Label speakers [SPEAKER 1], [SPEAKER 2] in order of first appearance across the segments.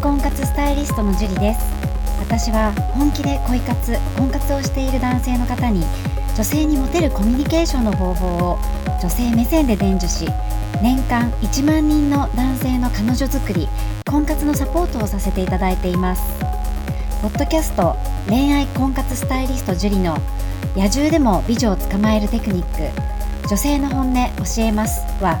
[SPEAKER 1] 婚活スタイリストのジュリです私は本気で恋活婚活をしている男性の方に女性にモテるコミュニケーションの方法を女性目線で伝授し年間1万人の男性の彼女作り婚活のサポートをさせていただいていますポッドキャスト恋愛婚活スタイリストジュリの野獣でも美女を捕まえるテクニック女性の本音教えますは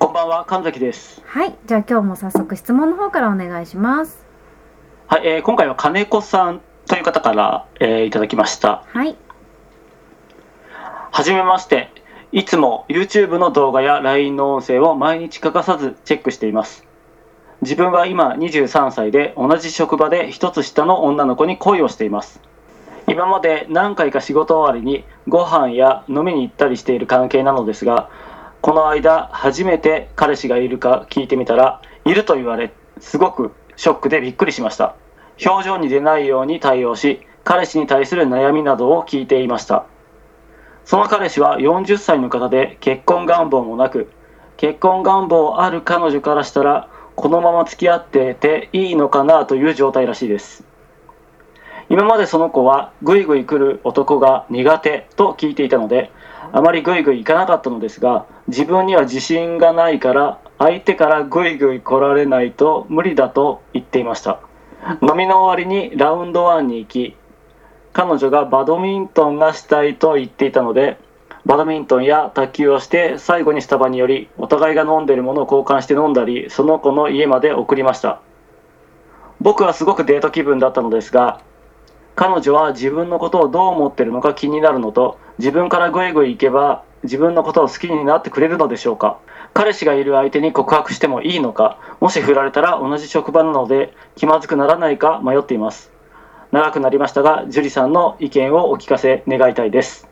[SPEAKER 2] こんばんは、神崎です。
[SPEAKER 1] はい、じゃあ今日も早速質問の方からお願いします。
[SPEAKER 2] はい、えー今回は金子さんという方から、えーいただきました。
[SPEAKER 1] はい、
[SPEAKER 2] はじめまして。いつも YouTube の動画や LINE の音声を毎日欠かさずチェックしています。自分は今23歳で同じ職場で一つ下の女の子に恋をしています。今まで何回か仕事終わりにご飯や飲みに行ったりしている関係なのですが、この間初めて彼氏がいるか聞いてみたら、いると言われ、すごくショックでびっくりしました。表情に出ないように対応し、彼氏に対する悩みなどを聞いていました。その彼氏は40歳の方で結婚願望もなく、結婚願望ある彼女からしたら、このまま付き合ってていいのかなという状態らしいです。今までその子はぐいぐい来る男が苦手と聞いていたので、あまりぐいぐい行かなかったのですが、自分には自信がないから、相手からぐいぐい来られないと無理だと言っていました。飲みの終わりにラウンド1に行き、彼女がバドミントンがしたいと言っていたのでバドミントンや卓球をして最後にスタバによりお互いが飲んでいるものを交換して飲んだりその子の家まで送りました僕はすごくデート気分だったのですが彼女は自分のことをどう思ってるのか気になるのと自分からぐいぐい行けば自分のことを好きになってくれるのでしょうか彼氏がいる相手に告白してもいいのかもし振られたら同じ職場なので気まずくならないか迷っています長くなりましたが、ジュリさんの意見をお聞かせ願いたいです。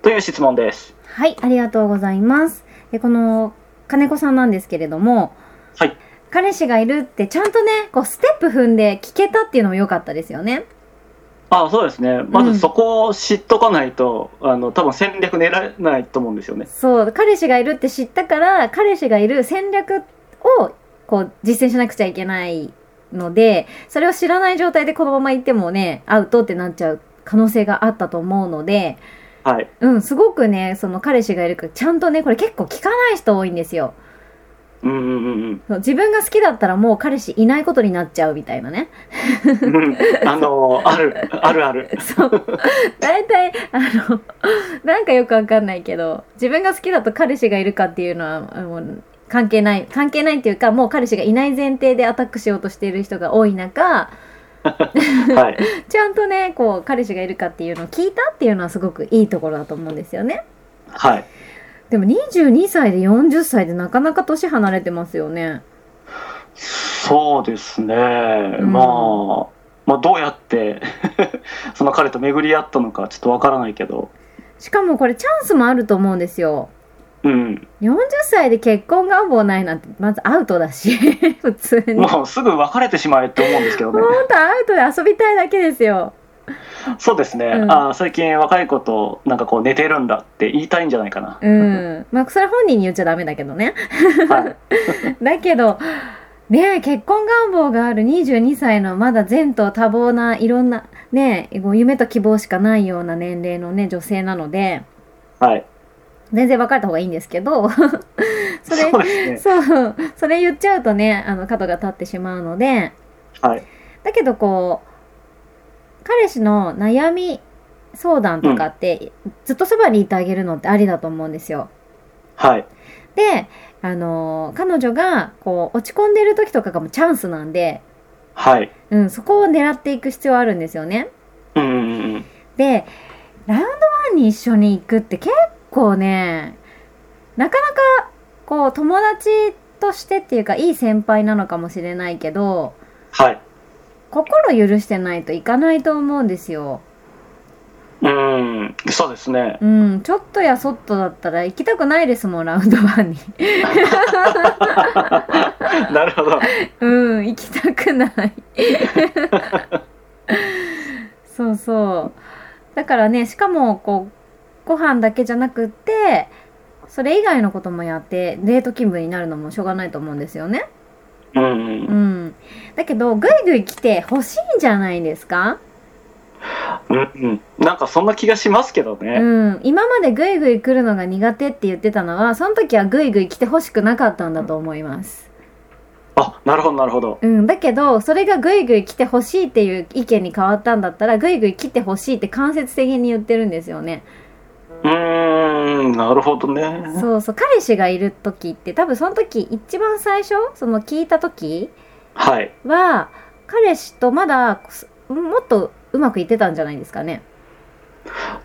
[SPEAKER 2] という質問です。
[SPEAKER 1] はい、ありがとうございます。で、この金子さんなんですけれども、
[SPEAKER 2] はい。
[SPEAKER 1] 彼氏がいるってちゃんとね、こうステップ踏んで聞けたっていうのも良かったですよね。
[SPEAKER 2] あそうですね。ま
[SPEAKER 1] うん
[SPEAKER 2] ずそこを知っとかないと、あの、多分戦略練られないと思うんですよね。
[SPEAKER 1] そう、彼氏がいるって知ったから、彼氏がいる戦略をこう実践しなくちゃいけないので、それを知らない状態でこのまま行ってもね、アウトってなっちゃう可能性があったと思うので、
[SPEAKER 2] はい。
[SPEAKER 1] うん、すごくね、その彼氏がいるか、ちゃんとね、これ結構聞かない人多いんですよ。
[SPEAKER 2] うんうんうん
[SPEAKER 1] そう自分が好きだったらもう彼氏いないことになっちゃうみたいなね。
[SPEAKER 2] うんうん。 あの、ある、あるある。
[SPEAKER 1] そう。大体、あの、なんかよくわかんないけど、自分が好きだと彼氏がいるかっていうのは、もう関係ない、関係ないっていうか、もう彼氏がいない前提でアタックしようとしている人が多い中、
[SPEAKER 2] はい。
[SPEAKER 1] ちゃんとね、こう、彼氏がいるかっていうのを聞いたっていうのはすごくいいところだと思うんですよね。
[SPEAKER 2] はい。
[SPEAKER 1] でも22歳で40歳でなかなか年離れてますよね。
[SPEAKER 2] そうですね。
[SPEAKER 1] うん
[SPEAKER 2] まあ、まあ、どうやって、 その彼と巡り合ったのかちょっとわからないけど。
[SPEAKER 1] しかもこれチャンスもあると思うんですよ。
[SPEAKER 2] うん。
[SPEAKER 1] 40歳で結婚願望ないなんて、まずアウトだし、 普通に。
[SPEAKER 2] もうすぐ別れてしまえって思うんですけどね。
[SPEAKER 1] 本当アウトで遊びたいだけですよ。
[SPEAKER 2] そうですね、
[SPEAKER 1] うん
[SPEAKER 2] あー最近若い子となんかこう寝てるんだって言いたいんじゃない かな、
[SPEAKER 1] うん。まあ、それ本人に言っちゃダメだけど ね。
[SPEAKER 2] はい、
[SPEAKER 1] だけど、ねえ結婚願望がある22歳のまだ前途多忙ないろんな、ねえこう夢と希望しかないような年齢のね、女性なので、
[SPEAKER 2] はい、
[SPEAKER 1] 全然別れた方がいいんですけど、 そ
[SPEAKER 2] そ
[SPEAKER 1] れ、
[SPEAKER 2] うですね
[SPEAKER 1] そう、それ言っちゃうとね、あの、角が立ってしまうので、
[SPEAKER 2] はい
[SPEAKER 1] だけどこう、彼氏の悩み相談とかって、ずっとそばにいてあげるのってありだと思うんですよ。
[SPEAKER 2] はい。
[SPEAKER 1] で、あのー彼女が、こう、落ち込んでる時とかがもうチャンスなんで、
[SPEAKER 2] はい。
[SPEAKER 1] うん、そこを狙っていく必要あるんですよね。
[SPEAKER 2] うんうんうんうん。
[SPEAKER 1] で、ラウンドワンに一緒に行くって結構ね、なかなか、こう、友達としてっていうか、いい先輩なのかもしれないけど、
[SPEAKER 2] はい。
[SPEAKER 1] 心許してないといかないと思うんですよ。
[SPEAKER 2] うーん、そうですね。
[SPEAKER 1] うん、ちょっとやそっとだったら行きたくないですもん、ラウンドワンに。
[SPEAKER 2] なるほど。
[SPEAKER 1] うん、行きたく ない。そうそう。だからね、しかも、こう、ご飯だけじゃなくって、それ以外のこともやって、デート気分になるのもしょうがないと思うんですよね。
[SPEAKER 2] うんう
[SPEAKER 1] うんん。だけど、ぐいぐい来て欲しいんじゃないですか
[SPEAKER 2] うん、うんうん。なんかそんな気がしますけど
[SPEAKER 1] う
[SPEAKER 2] ね。
[SPEAKER 1] ん。今までぐいぐい来るのが苦手って言ってたのは、その時はぐいぐい来て欲しくなかったんだと思います。
[SPEAKER 2] あ、なるほど、なるほど。
[SPEAKER 1] うん、だけど、それがぐいぐい来てほしいっていう意見に変わったんだったら、ぐいぐい来てほしいって間接的に言ってるんですよね。
[SPEAKER 2] うーん、なるほどね。
[SPEAKER 1] そうそう、彼氏がいる時って、多分その時、一番最初、その聞いた時
[SPEAKER 2] はい。
[SPEAKER 1] は、彼氏とまだ、すもっとうまくいってたんじゃないですかね。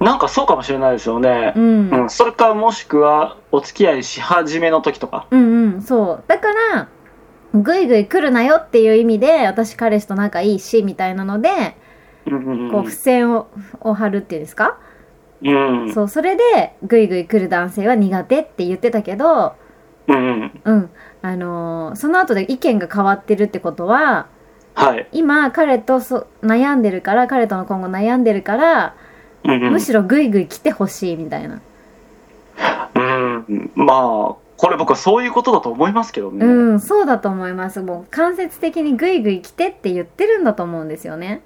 [SPEAKER 2] なんかそうかもしれないですよね
[SPEAKER 1] う。ん。
[SPEAKER 2] うん、それかもしくはお付き合いし始めの時とか。
[SPEAKER 1] うんうん、そう。だから、ぐいぐい来るなよっていう意味で、私彼氏と仲いいし、みたいなので、
[SPEAKER 2] うんうん
[SPEAKER 1] こう、付箋をを貼るっていうんですか
[SPEAKER 2] うん。うん
[SPEAKER 1] そう、それで、ぐいぐい来る男性は苦手って言ってたけど、
[SPEAKER 2] うんうん。
[SPEAKER 1] うん。あのーその後で意見が変わってるってことは、
[SPEAKER 2] はい。
[SPEAKER 1] 今、彼とそ悩んでるから、彼との今後悩んでるから、
[SPEAKER 2] うんうん
[SPEAKER 1] むしろぐいぐい来てほしいみたいな。
[SPEAKER 2] うん。まあ、これ僕はそういうことだと思いますけどね。
[SPEAKER 1] うん、そうだと思います。もう、間接的にぐいぐい来てって言ってるんだと思うんですよね。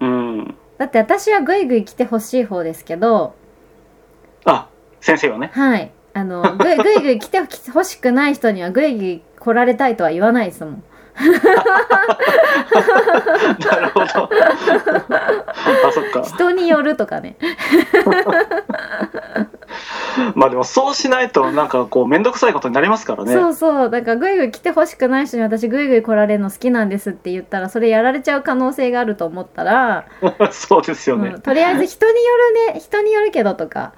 [SPEAKER 2] うん。
[SPEAKER 1] だって私はぐいぐい来てほしい方ですけど、
[SPEAKER 2] あ、先生 はね。
[SPEAKER 1] はい。あ の、ぐいぐいぐい来てほしくない人にはぐいぐい来られたいとは言わないですもん。
[SPEAKER 2] なるほど。 あ、そっか。
[SPEAKER 1] 人によるとかね。
[SPEAKER 2] まあでもそうしないとなんかこう面倒くさいことになりますからね。
[SPEAKER 1] そうそうだからぐいぐい来てほしくない人に私ぐいぐい来られるの好きなんですって言ったらそれやられちゃう可能性があると思ったら、
[SPEAKER 2] そうですよね。
[SPEAKER 1] うんとりあえず人によるね人によるけどとか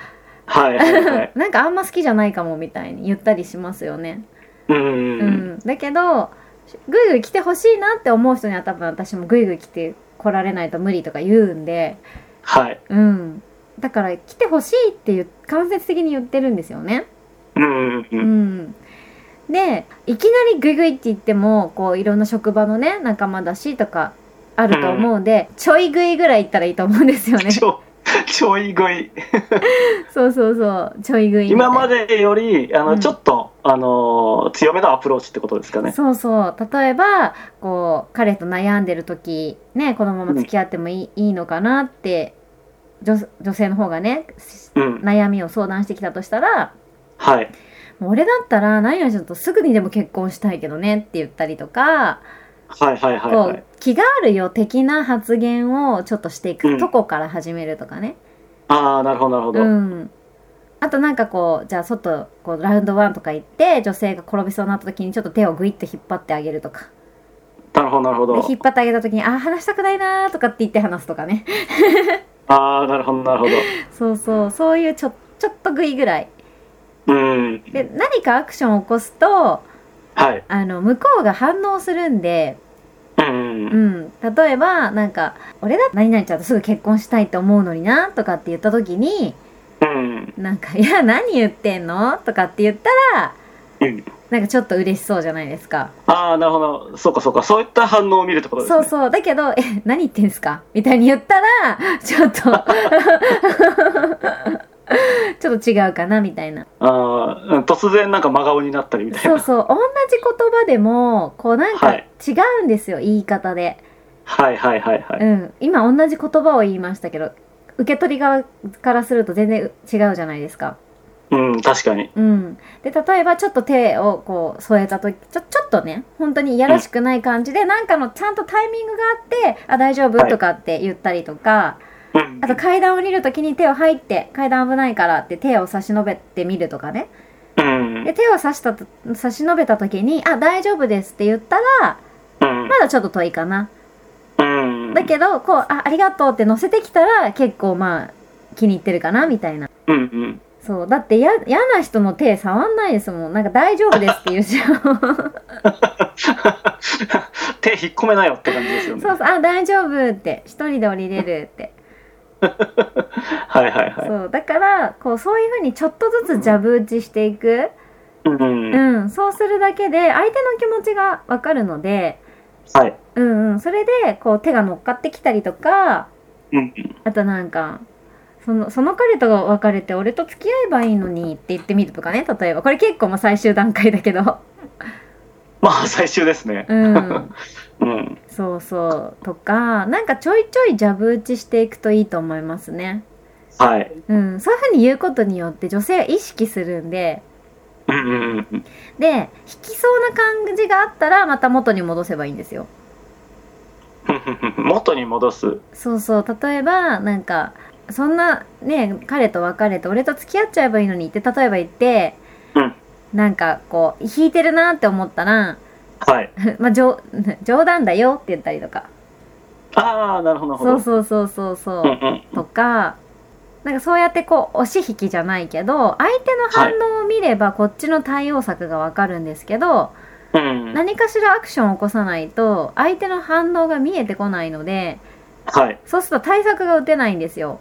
[SPEAKER 2] はいはいはい。
[SPEAKER 1] なんかあんま好きじゃないかもみたいに言ったりしますよね、
[SPEAKER 2] うん
[SPEAKER 1] う
[SPEAKER 2] うんん
[SPEAKER 1] だけどぐいぐい来てほしいなって思う人には多分私もぐいぐい来て来られないと無理とか言うんで
[SPEAKER 2] はい。
[SPEAKER 1] うんだから来てほしいっていう間接的に言ってるんですよね
[SPEAKER 2] うんうんう。
[SPEAKER 1] うんん、でいきなりグイグイって言ってもこういろんな職場のね仲間だしとかあると思うんで、ちょいグイぐらい言ったらいいと思うんですよ ね
[SPEAKER 2] ち
[SPEAKER 1] そう
[SPEAKER 2] ょちょい食い。
[SPEAKER 1] そうそうちょいグイみたいな
[SPEAKER 2] 今までよりあの、
[SPEAKER 1] うん
[SPEAKER 2] ちょっとあのー強めのアプローチってことですかね。
[SPEAKER 1] そうそう例えばこう彼と悩んでる時ねこのまま付き合ってもいい,、いいのかなって女女性の方がね
[SPEAKER 2] うん。
[SPEAKER 1] 悩みを相談してきたとしたら
[SPEAKER 2] はい。
[SPEAKER 1] もう俺だったら何々ちゃんとすぐにでも結婚したいけどねって言ったりとか
[SPEAKER 2] はいはいはいは
[SPEAKER 1] こ。
[SPEAKER 2] いう
[SPEAKER 1] 気があるよ的な発言をちょっとしていくとこから始めるとかね、
[SPEAKER 2] ああなるほどなるほ
[SPEAKER 1] う
[SPEAKER 2] ど。
[SPEAKER 1] んあとなんかこうじゃあ外こうラウンドワンとか行って女性が転びそうになった時にちょっと手をグイッと引っ張ってあげるとか
[SPEAKER 2] なるほどなるほ
[SPEAKER 1] で
[SPEAKER 2] ど。
[SPEAKER 1] 引っ張ってあげた時にあー話したくないなーとかって言って話すとかね
[SPEAKER 2] ああなるほどなるほ
[SPEAKER 1] そうそうそういうちょちょっとグイぐらい
[SPEAKER 2] ど。うん。
[SPEAKER 1] で何かアクションを起こすと
[SPEAKER 2] はい。
[SPEAKER 1] あの向こうが反応するんで
[SPEAKER 2] うん
[SPEAKER 1] う
[SPEAKER 2] うん。
[SPEAKER 1] ん例えばなんか俺だって何々ちゃんとすぐ結婚したいと思うのになとかって言った時に
[SPEAKER 2] うん。
[SPEAKER 1] なんか、いや、何言ってんのとかって言ったら、
[SPEAKER 2] うん。
[SPEAKER 1] なんかちょっと嬉しそうじゃないですか。
[SPEAKER 2] ああなるほど。そうかそうか。そういった反応を見るってことですね。
[SPEAKER 1] そうそう。だけど、え、何言ってんすかみたいに言ったら、ちょっと、 ちょっと違うかなみたいな。
[SPEAKER 2] あーうん突然なんか真顔になったりみたい
[SPEAKER 1] そう
[SPEAKER 2] な。
[SPEAKER 1] そう。同じ言葉でも、こうなんか
[SPEAKER 2] は
[SPEAKER 1] 違
[SPEAKER 2] い
[SPEAKER 1] うんですよ、言い方で。
[SPEAKER 2] はいはいはいは
[SPEAKER 1] う
[SPEAKER 2] い。
[SPEAKER 1] ん。今同じ言葉を言いましたけど、受け取り側からすると全然違うじゃないですか。
[SPEAKER 2] うん、確かに。
[SPEAKER 1] うん、で例えばちょっと手をこう添えた時ちょちょっとね本当にいやらしくない感じで、なんかのちゃんとタイミングがあって「あ大丈夫?」
[SPEAKER 2] はい
[SPEAKER 1] とかって言ったりとか、
[SPEAKER 2] うん
[SPEAKER 1] あと階段降りるときに手を入って階段危ないからって手を差し伸べてみるとかね
[SPEAKER 2] うん
[SPEAKER 1] で手を差したと差し伸べたときに「あ大丈夫です」って言ったら
[SPEAKER 2] うん
[SPEAKER 1] まだちょっと遠いかな
[SPEAKER 2] うん
[SPEAKER 1] だけどこう「あありがとう」って乗せてきたら結構まあ気に入ってるかなみたいな
[SPEAKER 2] うんうん
[SPEAKER 1] そうだってや嫌な人の手触んないですもんなんか「大丈夫です」って言うじゃん
[SPEAKER 2] 手引っ込めなよって感じですよね
[SPEAKER 1] そうそう「あ大丈夫」って「一人で降りれる」って
[SPEAKER 2] はいはいは
[SPEAKER 1] そうだからこうそういうふうにちょっとずつジャブ打ちしていく、
[SPEAKER 2] いうん
[SPEAKER 1] う
[SPEAKER 2] は
[SPEAKER 1] んそうするだけで相手の気持ちが分かるので、
[SPEAKER 2] い
[SPEAKER 1] うんうん、それでこう手が乗っかってきたりとか
[SPEAKER 2] うん
[SPEAKER 1] あとなんかそのその彼と別れて俺と付き合えばいいのにって言ってみるとかね例えばこれ結構もう最終段階だけど、
[SPEAKER 2] まあ最終ですね
[SPEAKER 1] うん、
[SPEAKER 2] うん
[SPEAKER 1] そうそうとかなんかちょいちょいジャブ打ちしていくといいと思いますね、
[SPEAKER 2] はい
[SPEAKER 1] うん、そういうふうに言うことによって女性は意識するんで
[SPEAKER 2] うんうんうん
[SPEAKER 1] で引きそうな感じがあったらまた元に戻せばいいんですよ
[SPEAKER 2] うん元に戻す
[SPEAKER 1] そうそう例えばなんかそんなね彼と別れて俺と付き合っちゃえばいいのにって例えば言って、
[SPEAKER 2] うん
[SPEAKER 1] なんかこう引いてるなって思ったら
[SPEAKER 2] はい
[SPEAKER 1] まあ冗 冗談だよって言ったりとか
[SPEAKER 2] ああなるほどなるほ
[SPEAKER 1] そ
[SPEAKER 2] ど
[SPEAKER 1] うそうそうそうそう、
[SPEAKER 2] うんうん
[SPEAKER 1] とかなんかそうやってこう押し引きじゃないけど相手の反応を見ればこっちの対応策がわかるんですけど、
[SPEAKER 2] うん
[SPEAKER 1] 何かしらアクションを起こさないと相手の反応が見えてこないので
[SPEAKER 2] はい
[SPEAKER 1] そうすると対策が打てないんですよ、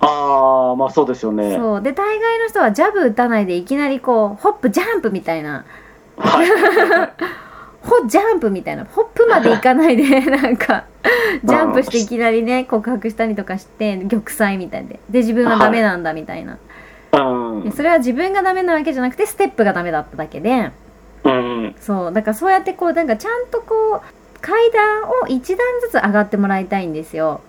[SPEAKER 2] ああまあそうですよね
[SPEAKER 1] そうで大概の人はジャブ打たないでいきなりこうホップジャンプみたいな
[SPEAKER 2] はい
[SPEAKER 1] ホッジャンプみたいなホップまでいかないで なん かジャンプしていきなりね告白したりとかして玉砕みたいでで自分はダメなんだみたいな、
[SPEAKER 2] うん
[SPEAKER 1] でそれは自分がダメなわけじゃなくてステップがダメだっただけで
[SPEAKER 2] うん
[SPEAKER 1] そうだからそうやってこうなんかちゃんとこう階段を一段ずつ上がってもらいたいんですよ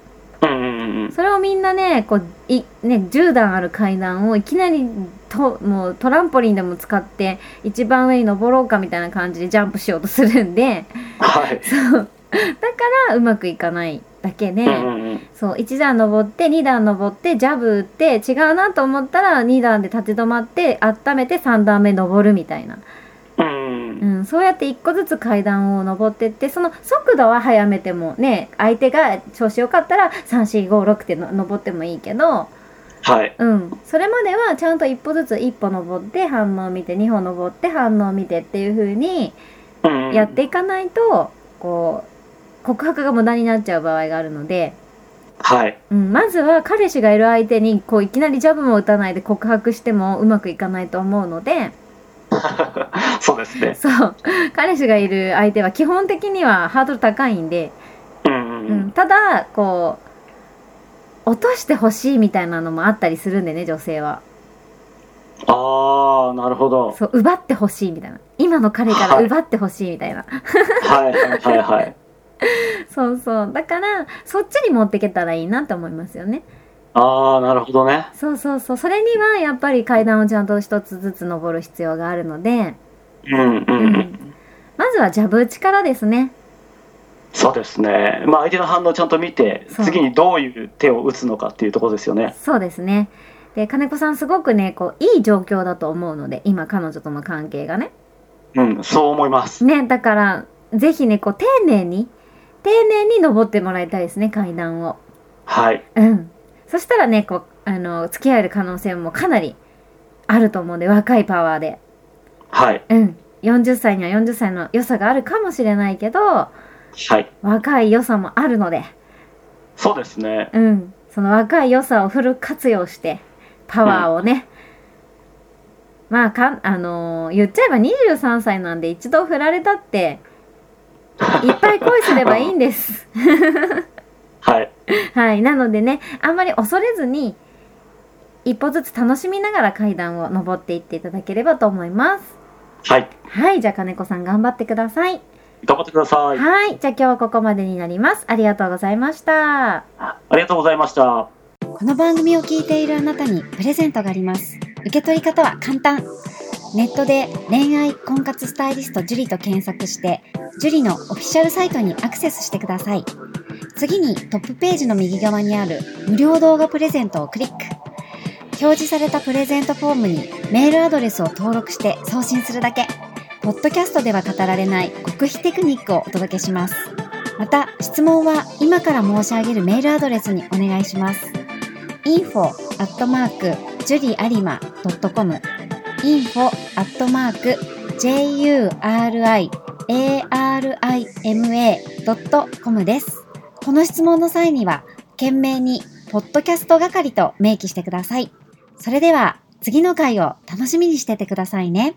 [SPEAKER 2] うんうん
[SPEAKER 1] それをみんなねこういね10段ある階段をいきなりともうトランポリンでも使って一番上に登ろうかみたいな感じでジャンプしようとするんで
[SPEAKER 2] はい
[SPEAKER 1] だからうまくいかないだけで、
[SPEAKER 2] うんうんうん
[SPEAKER 1] そう1段登って2段登ってジャブ打って違うなと思ったら2段で立ち止まって温めて3段目登るみたいな、
[SPEAKER 2] うん
[SPEAKER 1] うん、そうやって1個ずつ階段を登ってってその速度は早めてもね相手が調子よかったら3456っての登ってもいいけど。
[SPEAKER 2] はい
[SPEAKER 1] うん、それまではちゃんと一歩ずつ一歩登って反応を見て二歩登って反応を見てっていう風に
[SPEAKER 2] うん
[SPEAKER 1] やっていかないと、こう告白が無駄になっちゃう場合があるので、
[SPEAKER 2] はい
[SPEAKER 1] うん、まずは彼氏がいる相手にこういきなりジャブも打たないで告白してもうまくいかないと思うので
[SPEAKER 2] そうですね
[SPEAKER 1] そう彼氏がいる相手は基本的にはハードル高いんで、
[SPEAKER 2] うんう
[SPEAKER 1] うんん、ただこう落としてほしいみたいなのもあったりするんでね女性は。
[SPEAKER 2] ああなるほど
[SPEAKER 1] そう奪ってほしいみたいな今の彼から奪ってほしいみたいな、
[SPEAKER 2] はいはいはいはい
[SPEAKER 1] そうそうだからそっちに持ってけたらいいなと思いますよね
[SPEAKER 2] ああなるほどね
[SPEAKER 1] そうそうそうそれにはやっぱり階段をちゃんと一つずつ登る必要があるので、
[SPEAKER 2] うんうん
[SPEAKER 1] う
[SPEAKER 2] うん
[SPEAKER 1] ん、まずはジャブ打ちからですね
[SPEAKER 2] そうですねまあ相手の反応をちゃんと見て
[SPEAKER 1] そう
[SPEAKER 2] 次にどういう手を打つのかっていうところですよね
[SPEAKER 1] そうですねで金子さんすごくねこういい状況だと思うので今彼女との関係がね
[SPEAKER 2] うんそう思います
[SPEAKER 1] ねだからぜひねこう丁寧に丁寧に登ってもらいたいですね階段を
[SPEAKER 2] はい
[SPEAKER 1] うん。そしたらね、こう、あの、付き合える可能性もかなりあると思うんで、若いパワーで。
[SPEAKER 2] はい
[SPEAKER 1] うん。40歳には40歳の良さがあるかもしれないけど、
[SPEAKER 2] はい
[SPEAKER 1] 若い良さもあるので、
[SPEAKER 2] そうですね
[SPEAKER 1] うん。その若い良さをフル活用して、パワーをね、まあ、かん、あのー言っちゃえば23歳なんで一度振られたって、いっぱい恋すればいいんです。
[SPEAKER 2] はい
[SPEAKER 1] はい。なのでね、あんまり恐れずに、一歩ずつ楽しみながら階段を登っていっていただければと思います。
[SPEAKER 2] はい
[SPEAKER 1] はい。じゃあ、金子さん頑張ってください。
[SPEAKER 2] 頑張ってくださ
[SPEAKER 1] はいい。じゃあ、今日はここまでになります。ありがとうございました。
[SPEAKER 2] ありがとうございました
[SPEAKER 3] この番組を聞いているあなたにプレゼントがあります。受け取り方は簡単。ネットで恋愛婚活スタイリスト樹と検索して、樹のオフィシャルサイトにアクセスしてください。
[SPEAKER 1] 次にトップページの右側にある無料動画プレゼントをクリック。表示されたプレゼントフォームにメールアドレスを登録して送信するだけ。ポッドキャストでは語られない極秘テクニックをお届けします。また、質問は今から申し上げるメールアドレスにお願いします。info juriarima.com info juriarima.com です。この質問の際には、件名に、ポッドキャスト係と明記してください。それでは、次の回を楽しみにしててくださいね。